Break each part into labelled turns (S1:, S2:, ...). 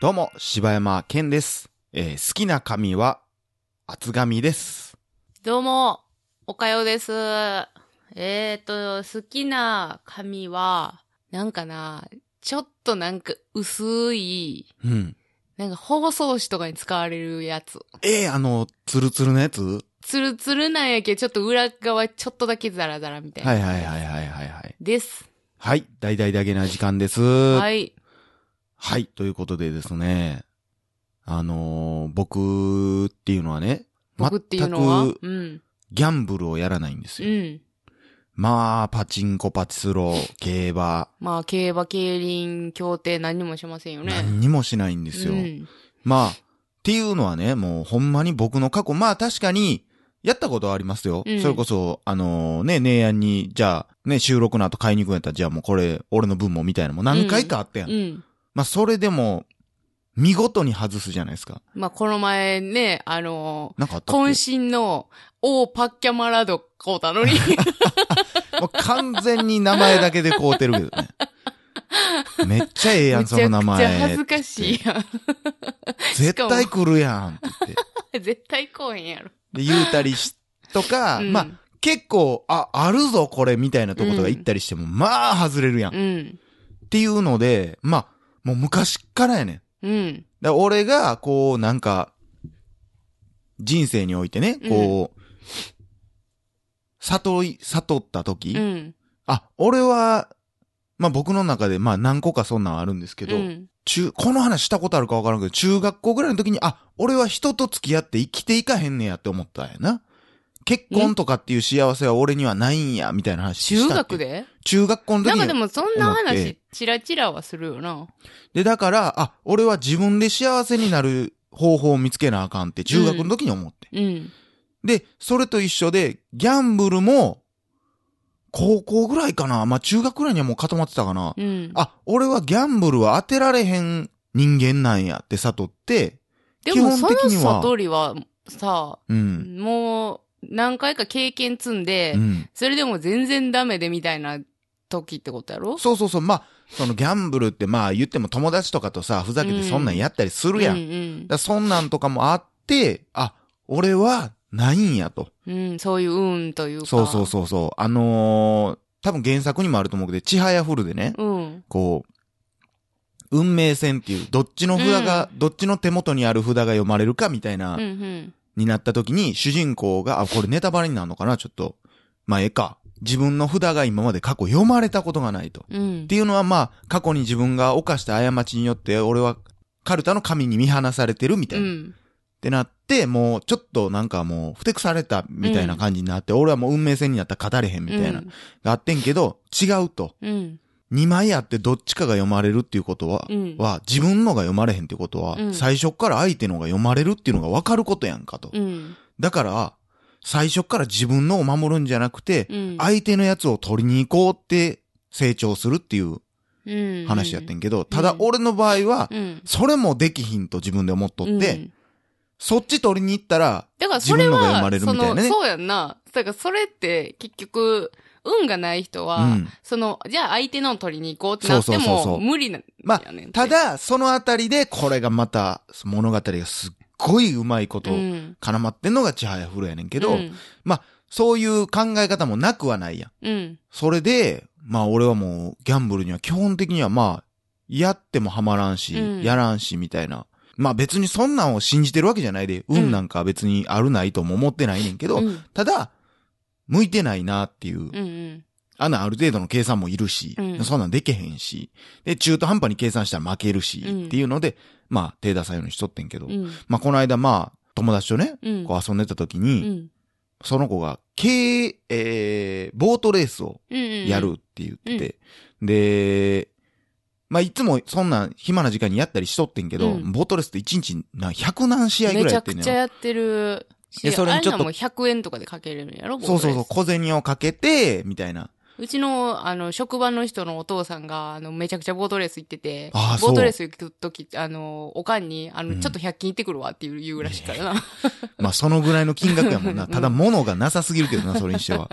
S1: どうも、柴山健です。えー好きな髪は厚髪です。
S2: どうも、おかようです。えっ、と、好きな髪は、なんかな、ちょっとなんか薄い、
S1: うん。
S2: なんか包装紙とかに使われるやつ。
S1: えーあの、ツルツルのやつは
S2: ツルツルなんやけど、ちょっと裏側ちょっとだけザラザラみた
S1: い
S2: いな。
S1: はいはいはいはいはい。
S2: です。
S1: はい、大々だけな時間です。はい。
S2: はい。
S1: ということでですね、あのー僕っていうのはね、
S2: 僕っていうのは
S1: 全く
S2: うん。
S1: ギャンブルをやらないんです
S2: う
S1: よ。
S2: ん。
S1: まあ、パチンコ、パチスロ、競馬、
S2: まあ、競馬、競輪、競艇何にもしませんよね。
S1: 何にもしないんですよ。
S2: うん。
S1: まあ、っていうのはね、もうほんまに僕の過去、まあ確かに、やったことはありますよ。
S2: うん
S1: それこそ、あのね、姉やんに、じゃあ、ね、収録の後買いに行くんやったら、じゃあもうこれ、俺の分もみたいなのも何回かあったやん。
S2: うん。
S1: まあそれでも、見事に外すじゃないですか。
S2: まあ、この前ね、あの
S1: なんかあ ったっけ
S2: 渾身の、オーパッキャマラドこうたのに。
S1: もう完全に名前だけで買うてるけどね。 めっちゃええやん、その名
S2: め
S1: 前。
S2: ちゃくちゃ恥ずかしいや
S1: 絶対来るやんって言って。
S2: ん。 絶対来へんやろ。
S1: で、言うたりし、とか、
S2: うん
S1: まあ、結構、あ、あるぞ、これ、みたいなとことか
S2: うん
S1: 行ったりしても、まあ、外れるやん。
S2: う
S1: っ
S2: ん。
S1: ていうので、まあ、もう昔っからやねん。だか
S2: うん。
S1: ら俺が、こう、なんか、人生においてね、こう、悟り、悟った時、
S2: うん。
S1: あ、俺は、まあ僕の中で、まあ何個かそんなんあるんですけど、
S2: うん。
S1: 中、この話したことあるかわからんけど、中学校ぐらいの時に、あ、俺は人と付き合って生きていかへんねやって思ったんやな。結婚とかっていう幸せは俺にはないんや、みたいな話した
S2: 中
S1: っけ
S2: 学で
S1: 中学校の時
S2: なん
S1: に。
S2: かでもそんな
S1: 思って
S2: 話、チラチラはするよな。
S1: で、だから、あ、俺は自分で幸せになる方法を見つけなあかんって、中学の時に思って。
S2: うん。
S1: で、それと一緒で、ギャンブルも、高校ぐらいかな。まあ、中学ぐらいにはもう固まってたかな。
S2: うん。
S1: あ、俺はギャンブルは当てられへん人間なんやって悟って、
S2: でも
S1: 基
S2: そ
S1: 本
S2: の
S1: 的には
S2: 悟りはさ、
S1: うん。
S2: もう何回か経験積んで
S1: う、ん。
S2: それでも全然ダメでみたいな時ってことやろ
S1: そうそうそう。まあ、そのギャンブルってまあ言っても友達とかとさ、ふざけてそんなんやったりするやん。
S2: う
S1: だか
S2: ん
S1: らそんなんとかもあって、あ、俺はないんやと。
S2: うん。うん。そういう運というか。
S1: そうそうそうそう。あのー、多分原作にもあると思うけど、ちはやふるでね、
S2: う。うん。
S1: こう、運命線っていう、どっちの札が、どっちの手元にある札が読まれるかみたいな、
S2: うんうん。
S1: になった時に、主人公が、あ、これネタバレになるのかなちょっと。まあ、ええか。自分の札が今まで過去読まれたことがないと。
S2: うん
S1: って。いうのはまあ、過去に自分が犯した過ちによって、俺は、カルタの神に見放されてるみた
S2: う
S1: いな。っ
S2: ん。
S1: てなって、もう、ちょっとなんかもう、不適されたみたいな感じになって、俺はもう運命線になったら語れへんみたいな。があってんけど、違うと。
S2: うん。
S1: 2枚あってどっちかが読まれるっていうことは、
S2: うん。
S1: は、自分のが読まれへんってことは、
S2: うん
S1: 最初から相手のが読まれるっていうのが分かることやんかと。
S2: うん。
S1: だから、最初から自分のを守るんじゃなくて、
S2: うん。
S1: 相手のやつを取りに行こうって成長するっていう
S2: うん
S1: 話やって
S2: ん
S1: んけど、ただ俺の場合は、
S2: うん。
S1: それもできひんと自分で思っと
S2: う
S1: っ
S2: ん
S1: て、、そっち取りに行ったら、
S2: だからそれは、
S1: 自分のが生まれるみたいなね
S2: そのそうやんな。だからそれって結局、運がない人
S1: う
S2: は、
S1: ん。
S2: その、じゃあ相手のを取りに行こうってなっても、
S1: そうそうそうそう
S2: 無理なん
S1: まあ
S2: やねんて
S1: た、だ、そのあたりで、これがまた、物語がすっごいうまいこと
S2: うん、
S1: 絡まってんのがちはやふるやねんけ
S2: け
S1: ど、
S2: うん。
S1: そういう考え方もなくはないやん。
S2: うん。
S1: それで、まあ俺はもうギャンブルには基本的にはまあ、やってもハマらんし、
S2: うん
S1: やらんしみたいな。まあ別にそんなんを信じてるわけじゃないで、運なんか別にあるないとも思ってないねんけど、
S2: うん。
S1: ただ、向いてないなっていう
S2: うん。うん。
S1: 穴ある程度の計算もいるし、
S2: うん
S1: そんなんでけへんし、で、中途半端に計算したら負けるし、
S2: うん
S1: っていうので、まあ手出さんようにしとってんけど、
S2: うん。
S1: まあこの間まあ、友達とね、
S2: うん。
S1: こう遊んでた時に、
S2: うん。
S1: その子が、軽、えー、ボートレースを、
S2: うん。
S1: やるって言ってて、で、まあ、いつもそんなん暇な時間にやったりしとってんけど、
S2: うん
S1: ボートレースって1日な100何試合ぐ
S2: め
S1: らい
S2: ち
S1: やっ
S2: ゃ
S1: て
S2: く
S1: ん
S2: ちゃ
S1: ねん。
S2: やってる。
S1: でそれにちょっと
S2: あんなんも100円とかでかけれるんやろ
S1: そうそうそう、
S2: 僕ら
S1: 小銭をかけて、みたいな。
S2: うちの、あの、職場の人のお父さんが、あの、めちゃくちゃボートレース行ってて、
S1: ああそう
S2: ボートレース行くとき、あの、おかんに、あの、
S1: うん
S2: ちょっと100均行ってくるわっていう言うらしいからな。
S1: まあ、そのぐらいの金額やもん な。
S2: うん
S1: ただ、物がなさすぎるけど な、それにしては。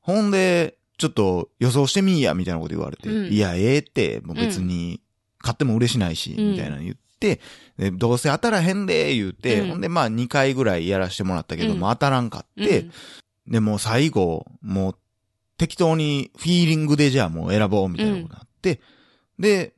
S1: ほんで、ちょっと予想してみいや、みたいなこと言われて。
S2: うん
S1: いや、ええって、もう別に買っても嬉しないし、
S2: うん
S1: みたいなの言って、でどうせ当たらへんで、言うて、
S2: うん
S1: ほんでまあ2回ぐらいやらしてもらったけども、
S2: う
S1: 当たらんかって、
S2: うん
S1: で、もう最後、もう適当にフィーリングでじゃあもう選ぼうみたいなことになって、で、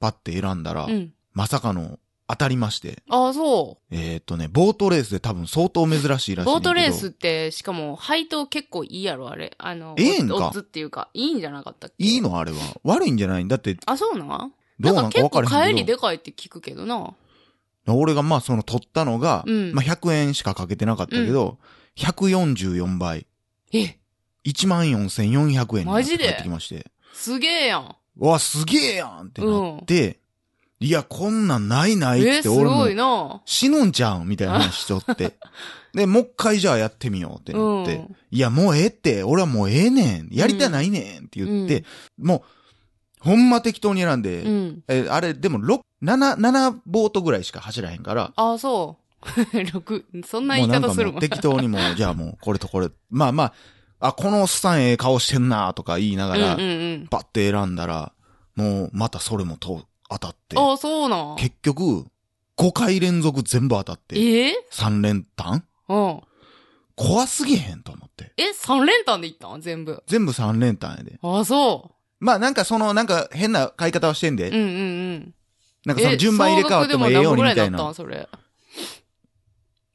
S1: パッて選んだら、
S2: うん。
S1: まさかの当たりまして、
S2: ああ、そ
S1: えーっとね、ボートレースで多分相当珍しいら
S2: う。
S1: しいねんけど。
S2: ボートレースって、しかも、配当結構いいやろ、あれ。あの、
S1: ええんか
S2: オッズっていうか、いいんじゃなかったっけ
S1: いいのあれは。悪いんじゃないんだって、
S2: あ、そうなん
S1: どう
S2: な
S1: なんんか
S2: か結
S1: 分か
S2: 構
S1: らへ
S2: 帰
S1: んけ
S2: り
S1: ど。
S2: でかいって聞くけどな。
S1: 俺がまあその取ったのが、
S2: うん
S1: まあ100円しかかけてなかったけど、144倍。
S2: え、
S1: 14,400円にな
S2: マ
S1: って
S2: ジ
S1: 帰
S2: で
S1: ってきまして。
S2: すげえやん。
S1: うわ、すげえやんってなって、いや、こんなんないない
S2: え、
S1: って
S2: す
S1: 俺も
S2: ごいな。
S1: 死ぬんちゃうんみたいな話しと って。で、もう一回じゃあやってみようってなって。
S2: うん
S1: いや、もうええって、俺はもうええねん。やりたないねんって言って、もう、ほんま適当に選んで、
S2: うん。
S1: え、あれ、でも、6、7、7ボートぐらいしか走らへんから、
S2: ああ、そう。 六そんな
S1: も
S2: 言
S1: う
S2: い
S1: なん
S2: 方
S1: か
S2: す
S1: も
S2: る
S1: う
S2: も。
S1: ん適当にも う、じゃあもう、これとこれ、まあまあ、あ、このおっさんええ顔してんなとか言いながら、
S2: うんうん
S1: バッて選んだら、もう、またそれもと当たって
S2: うん。、ああ、そうなん。
S1: 結局、5回連続全部当たって、
S2: ええ
S1: 3連単
S2: うん。
S1: 怖すぎへんと思って。
S2: え、三連単で行ったん全部。
S1: 全部3連単やで。
S2: ああ、そ
S1: まあなんかその、なんか変な買い方をしてんで、
S2: う。うんうんうん。
S1: なんかその順番入れ替わってもええようにみたいな。
S2: え総額でも何本ぐらいだっ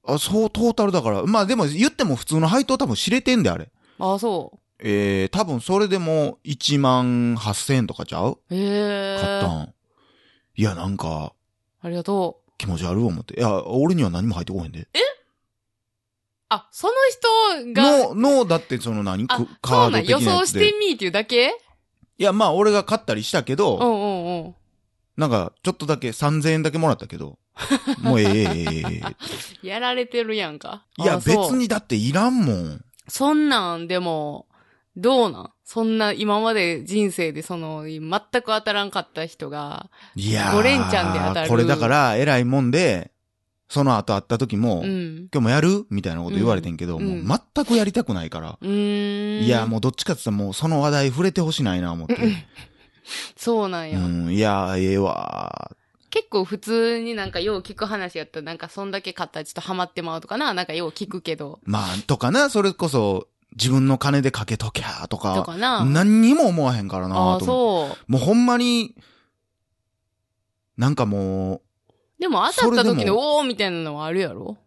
S2: たん
S1: あ、そう、トータルだから。まあでも言っても普通の配当多分知れてんで、あれ。
S2: それ。ああ、そ
S1: えー、多分それでも1万8000円とかちゃう
S2: う。ええ
S1: 買ったん。いや、なんか、
S2: ありがとう。
S1: 気持ち悪い思って。いや、俺には何も入ってこへんで。
S2: あ、その人
S1: の、
S2: が、
S1: の、だってその何
S2: あ
S1: く、
S2: そ
S1: カ
S2: う
S1: ード
S2: なん、
S1: 的な
S2: 予
S1: やつで。
S2: 想してみーっていうだけ
S1: いや、まあ俺が買ったりしたけど、
S2: うんうんうん。
S1: なんか、ちょっとだけ、3000円だけもらったけど。もうええええええ え
S2: やられてるやんか。
S1: え。いや、
S2: あ
S1: 別。
S2: そう
S1: にだっていらんもん。
S2: そんなん、でも、どうなんそんな今まで人生でその、全く当たらんかった人が、
S1: いやー。
S2: 五連チャンで当たる
S1: これだから、偉いもんで、その後会った時も、
S2: うん。
S1: 今日もやるみたいなこと言われてんけど、
S2: うんうん
S1: もう全くやりたくないから。
S2: うーん。
S1: いや、
S2: う。
S1: もうどっちかって言ったらもうその話題触れてほしないな、思って。
S2: そうなん
S1: う
S2: や。
S1: ん、いやー、ええわ
S2: 結構普通になんかよう聞く話やったら、なんかそんだけ買ったらちょっとハマってまうとかな、なんかよう聞くけど。
S1: ー。まあ、とかな、それこそ、自分の金でかけときゃーと
S2: と
S1: か、
S2: かな。
S1: 何にも思わへんからな
S2: ああ、
S1: と思って
S2: そう。
S1: もうほんまに、なんかも
S2: でも当たった
S1: それ
S2: 時
S1: で
S2: の
S1: も
S2: おーみたいなのはあるやろ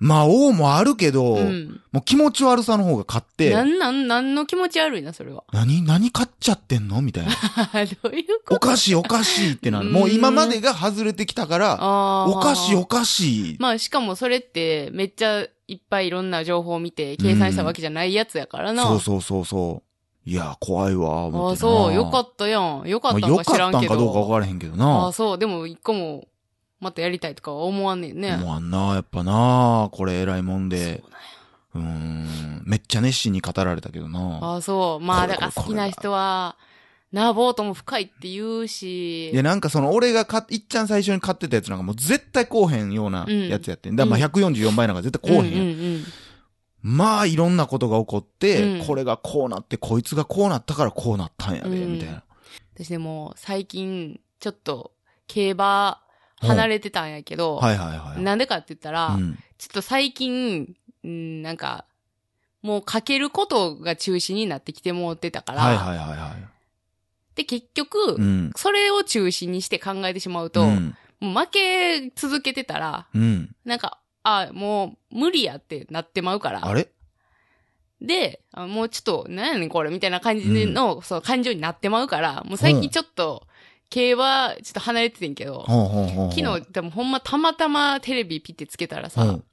S1: う、まあ、王もあるけど、
S2: うん。
S1: もう気持ち悪さの方が勝って、
S2: なんなん、なんの気持ち悪いな、それは。
S1: 何何買っちゃってんのみたいな。
S2: どういう
S1: お
S2: こと
S1: かしいおかしいってなる。もう今までが外れてきたから、
S2: あー
S1: おかしいおかしい。
S2: まあしかもそれってめっちゃいっぱいいろんな情報を見て計算したわけじゃないやつやからな。
S1: そうそうそうそう。いや、怖いわ、
S2: あ
S1: 思
S2: あ、
S1: ってな。
S2: そう。よか
S1: っ
S2: ったやん。よか
S1: た
S2: ったん
S1: よ
S2: か
S1: かっ
S2: 知ら
S1: た
S2: ん
S1: ん
S2: けど。
S1: かどうか分からへんけど
S2: ああ、
S1: な。
S2: そう。でも一個もまたやりたいとかは思わんねんね。
S1: 思わんな、やっぱな。これ偉いもんで
S2: そう。なんや
S1: うーん。めっちゃ熱心に語られたけどな。
S2: ああ、そう。まあ
S1: こ
S2: だ
S1: れ
S2: から
S1: これ
S2: 好きな人は、なあ、ボートも深いって言うし。
S1: で、なんかその、俺が買っ、いっちゃん最初に買ってたやつなんかもう絶対こうへんような
S2: うん
S1: やつやってん。だからまあ144倍なんか絶対こうへんやん。
S2: うんうん
S1: まあ、いろんなことが起こって、
S2: うん
S1: これがこうなって、こいつがこうなったからこうなったんやで、
S2: うん
S1: みたいな。
S2: 私でも最近、ちょっと、競馬、離れてたんやけど、
S1: はいはいはい。
S2: なんでかって言ったら、
S1: うん、
S2: ちょっと最近、うん、なんか、もうかけることが中心になってきてもってたから、
S1: はいはいはいはい。
S2: で、結局、
S1: うん。
S2: それを中心にして考えてしまうと、
S1: うん。
S2: もう負け続けてたら、
S1: うん。
S2: なんか、あ、もう無理やってなってまうから、
S1: あれ
S2: で、あもうちょっと、なんやねんこれみたいな感じの、その感情になってまうから、もう最近ちょっと、競馬、ちょっと離れててんけど、
S1: ほうほうほうほう。
S2: 昨日、でもほんまたまたまテレビピッてつけたらさ、
S1: うん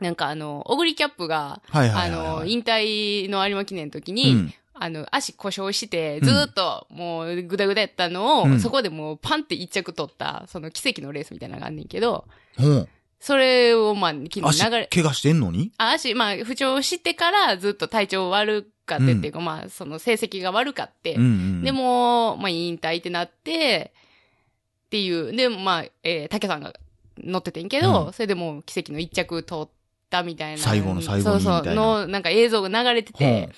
S2: なんかあの、オグリキャップが、
S1: はいは
S2: あ
S1: いはい、はい。
S2: の、引退の有馬記念の時
S1: う
S2: に、
S1: ん
S2: あの、足故障して、ずーっと、もう、ぐだぐだやったのを、
S1: うん
S2: そこでもう、パンって一着取った、その奇跡のレースみたいなのがあんねんけど、
S1: ほ
S2: それを、まあ、昨
S1: う。
S2: 日
S1: 足、
S2: 流れ、
S1: 怪我してんのに
S2: あ足、まあ、不調してから、ずっと体調悪かってっていうか、まあ、その成績が悪かって、
S1: うんうん。
S2: で、も、まあ、引退ってなって、っていう、で、まあ、えー、竹さんが乗っててんけど、
S1: う
S2: それでもう奇跡の一着取ったみたいな。
S1: 最後の最後にみたい
S2: そ
S1: な
S2: うそう、の、なんか映像が流れて
S1: ほう。
S2: て、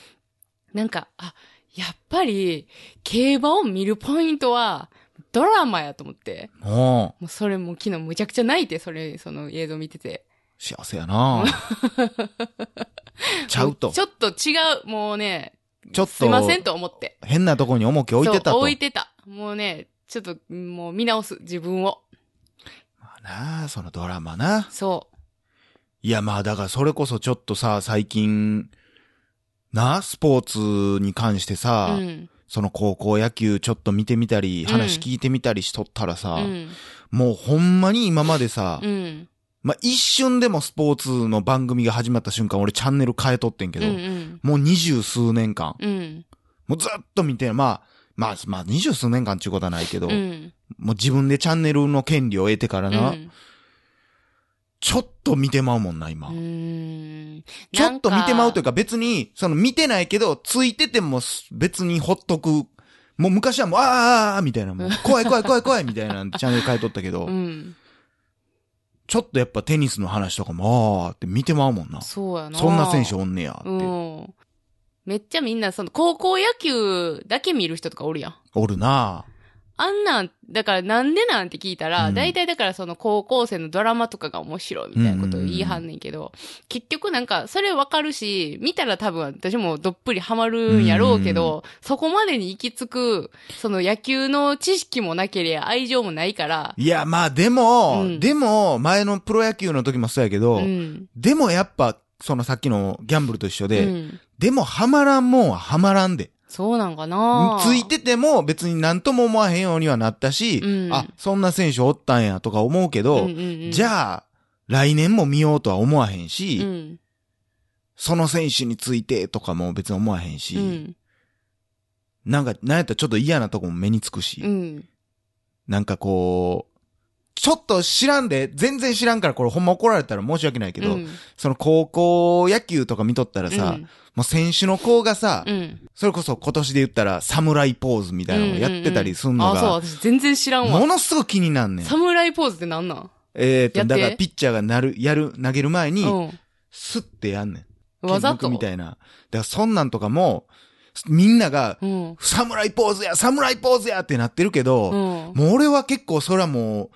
S2: なんか、あ、やっぱり、競馬を見るポイントは、ドラマやと思って。
S1: おう
S2: もうそれもう昨日むちゃくちゃ泣いて、それ、その映像見てて。
S1: 幸せや なちゃうと。
S2: ちょっと違う、もうね、
S1: ちょっと
S2: すいませんと思って。
S1: 変なとこに重き置いてた
S2: そ
S1: と。
S2: う置いてた。もうね、ちょっと、もう見直す、自分を。
S1: まあなあ、そのドラマな。
S2: そう。
S1: いや、まあだからそれこそちょっとさ、最近、な、スポーツに関して
S2: う
S1: さ、
S2: ん。
S1: その高校野球ちょっと見てみたり、
S2: ん
S1: 話聞いてみたりしとったらさ、
S2: うん。
S1: もうほんまに今までさ、
S2: うん。
S1: まあ一瞬でもスポーツの番組が始まった瞬間俺チャンネル変えとってんけ
S2: うん。う
S1: ど、
S2: ん。
S1: もう二十数年間、
S2: うん。
S1: もうずっと見て、まあ、まあ、まあ二十数年間ちゅうことはないけど、
S2: うん。
S1: もう自分でチャンネルの権利を得てからな、
S2: うん
S1: ちょっと見てまうもんな、今。
S2: うーん
S1: ちょっと見てまうという
S2: か。
S1: か別に、その見てないけど、ついてても別にほっとく。もう昔はもう、あーあーあーみたいな、 もう怖い怖い怖い怖いみたいなチャンネル変えとったけど、
S2: うん。
S1: ちょっとやっぱテニスの話とかも、あーって見てまうもんな。
S2: そうやな。
S1: そんな選手おんねやって、
S2: うん。めっちゃみんな、その、高校野球だけ見る人とかおるやん。
S1: おるな
S2: あんなん、だからなんでなんて聞いたら、
S1: うん
S2: 大体だからその高校生のドラマとかが面白いみたいなことを言いはんねんけど、結局なんかそれわかるし、見たら多分私もどっぷりハマるんやろうけど、そこまでに行き着く、その野球の知識もなければ愛情もないから、
S1: いや、まあでも、
S2: うん
S1: でも、前のプロ野球の時もそうやけど、
S2: うん。
S1: でもやっぱ、そのさっきのギャンブルと一緒
S2: う
S1: で、
S2: ん。
S1: でもハマらんもんはハマらんで。
S2: そうなんかな
S1: ついてても別に何とも思わへんようにはなったし、
S2: うん
S1: あ、そんな選手おったんやとか思うけど、じ
S2: あ、
S1: ゃあ、来年も見ようとは思わへん
S2: う
S1: し、
S2: ん。
S1: その選手についてとかも別に思わへんし、
S2: うん。
S1: なんか、なんやったらちょっと嫌なとこも目につくし、
S2: うん。
S1: なんかこう、ちょっと知らんで、全然知らんからこれほんま怒られたら申し訳ないけど、
S2: うん
S1: その高校野球とか見とったらさ、
S2: うん
S1: もう選手の子がさ、
S2: うん。
S1: それこそ今年で言ったら侍ポーズみたいなのをやってたりすんの
S2: あ、
S1: が、
S2: そう、私全然知らんわ
S1: も。のすごく気になんねん。
S2: 侍ポーズってなんなん
S1: えっ、
S2: や
S1: と、
S2: って
S1: だからピッチャーがなる、やる、投げる前に、
S2: うん。
S1: スッてやんねん。
S2: わ
S1: 剣
S2: ざ
S1: 抜
S2: と。
S1: くみたいな。だからそんなんとかも、みんなが、
S2: うん。
S1: サムライポーズやサムライポーズやってなってるけど、
S2: うん。
S1: もう俺は結構それはもう、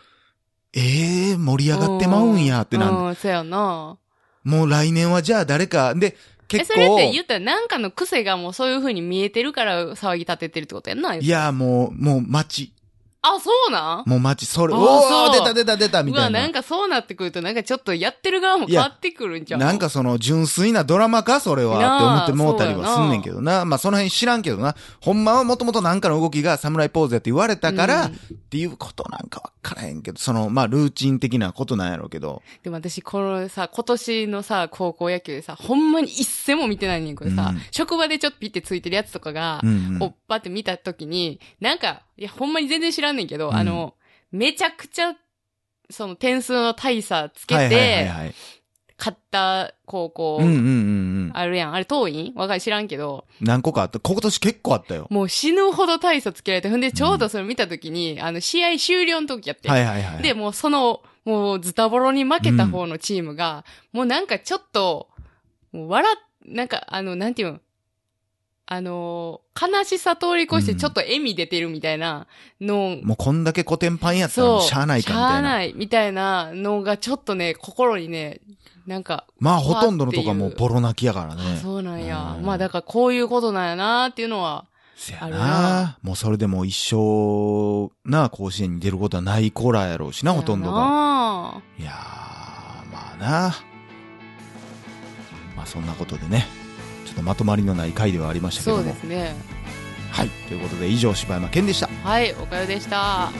S1: ええー、盛り上がってまうんやってなんねん
S2: うん、そうやな。
S1: もう来年はじゃあ誰か、で、
S2: え、
S1: 結
S2: それっ
S1: 構、
S2: て言ったらなんかの癖がもうそういう風に見えてるから騒ぎ立ててるってことやんな。
S1: いや、もう、もう街、
S2: あ、そうなん
S1: もう街、それ、
S2: あ
S1: お
S2: ー
S1: おー
S2: そ
S1: 出
S2: う
S1: た出た出たみ
S2: う
S1: た
S2: わ、
S1: い
S2: な
S1: な。
S2: んかそうなってくるとなんかちょっとやってる側も変わってくるんちゃうい
S1: なんか、その純粋なドラマかそれはって思ってもうたり
S2: なあ
S1: は
S2: そう
S1: す
S2: やな
S1: んねんけどな。まあその辺知らんけどな。ほんまはもともとなんかの動きが侍ポーズやって言われたから、
S2: うん
S1: っていうことなんかわからへんけど、そのまあルーチン的なことなんやろうけど。
S2: でも私このさ、今年のさ、高校野球でさ、ほんまに一戦も見てないねんけどさ、
S1: うん
S2: 職場でちょっとピッてついてるやつとかが
S1: う、ん、う
S2: お
S1: ん
S2: っ。ぱって見たときに、なんか、いや、ほんまに全然知らんねんけど、
S1: うん
S2: あの、めちゃくちゃ、その点数の大差つけ
S1: はいはいはい
S2: て、
S1: はい。
S2: 勝った高校
S1: うんうんうんうん。
S2: あるやん。あれ、当院わかる知らんけど、
S1: 何個かあった。今年結構あったよ。
S2: もう死ぬほど大差つけられて、ほんで、ちょうどそれ見たときに、あの、試合終了の時やって。
S1: はいはいはい。
S2: で、もうその、もうズタボロに負けた方のチームが、もうなんかちょっと、もう笑っ、なんか、あの、なんていうん、あのー悲しさ通り越してちょっと笑み出てるみたいなの、
S1: もうこんだけ古典パンやった
S2: そ
S1: ら
S2: う。
S1: しゃあないかみ
S2: したゃあ
S1: いな。
S2: ないみたいなのがちょっとね、心にね、なんか、
S1: まあほとんどのとこはも
S2: わーっていう
S1: うボロ泣きやから
S2: あ
S1: ね。
S2: そうなんや。
S1: うん
S2: まあだからこういうことなんやなっていうのは、
S1: せや
S2: ある
S1: な
S2: な。
S1: もうそれでもう一生、な、甲子園に出ることはない子らやろうしな、ほとんどが。
S2: が。
S1: いやー、まあな。まあそんなことでね、ちょっとまとまりのない回ではありましたけ
S2: そ
S1: ど
S2: うで
S1: も。
S2: すね。
S1: はい。ということで以上、柴山健でした。
S2: はい、おかよでした。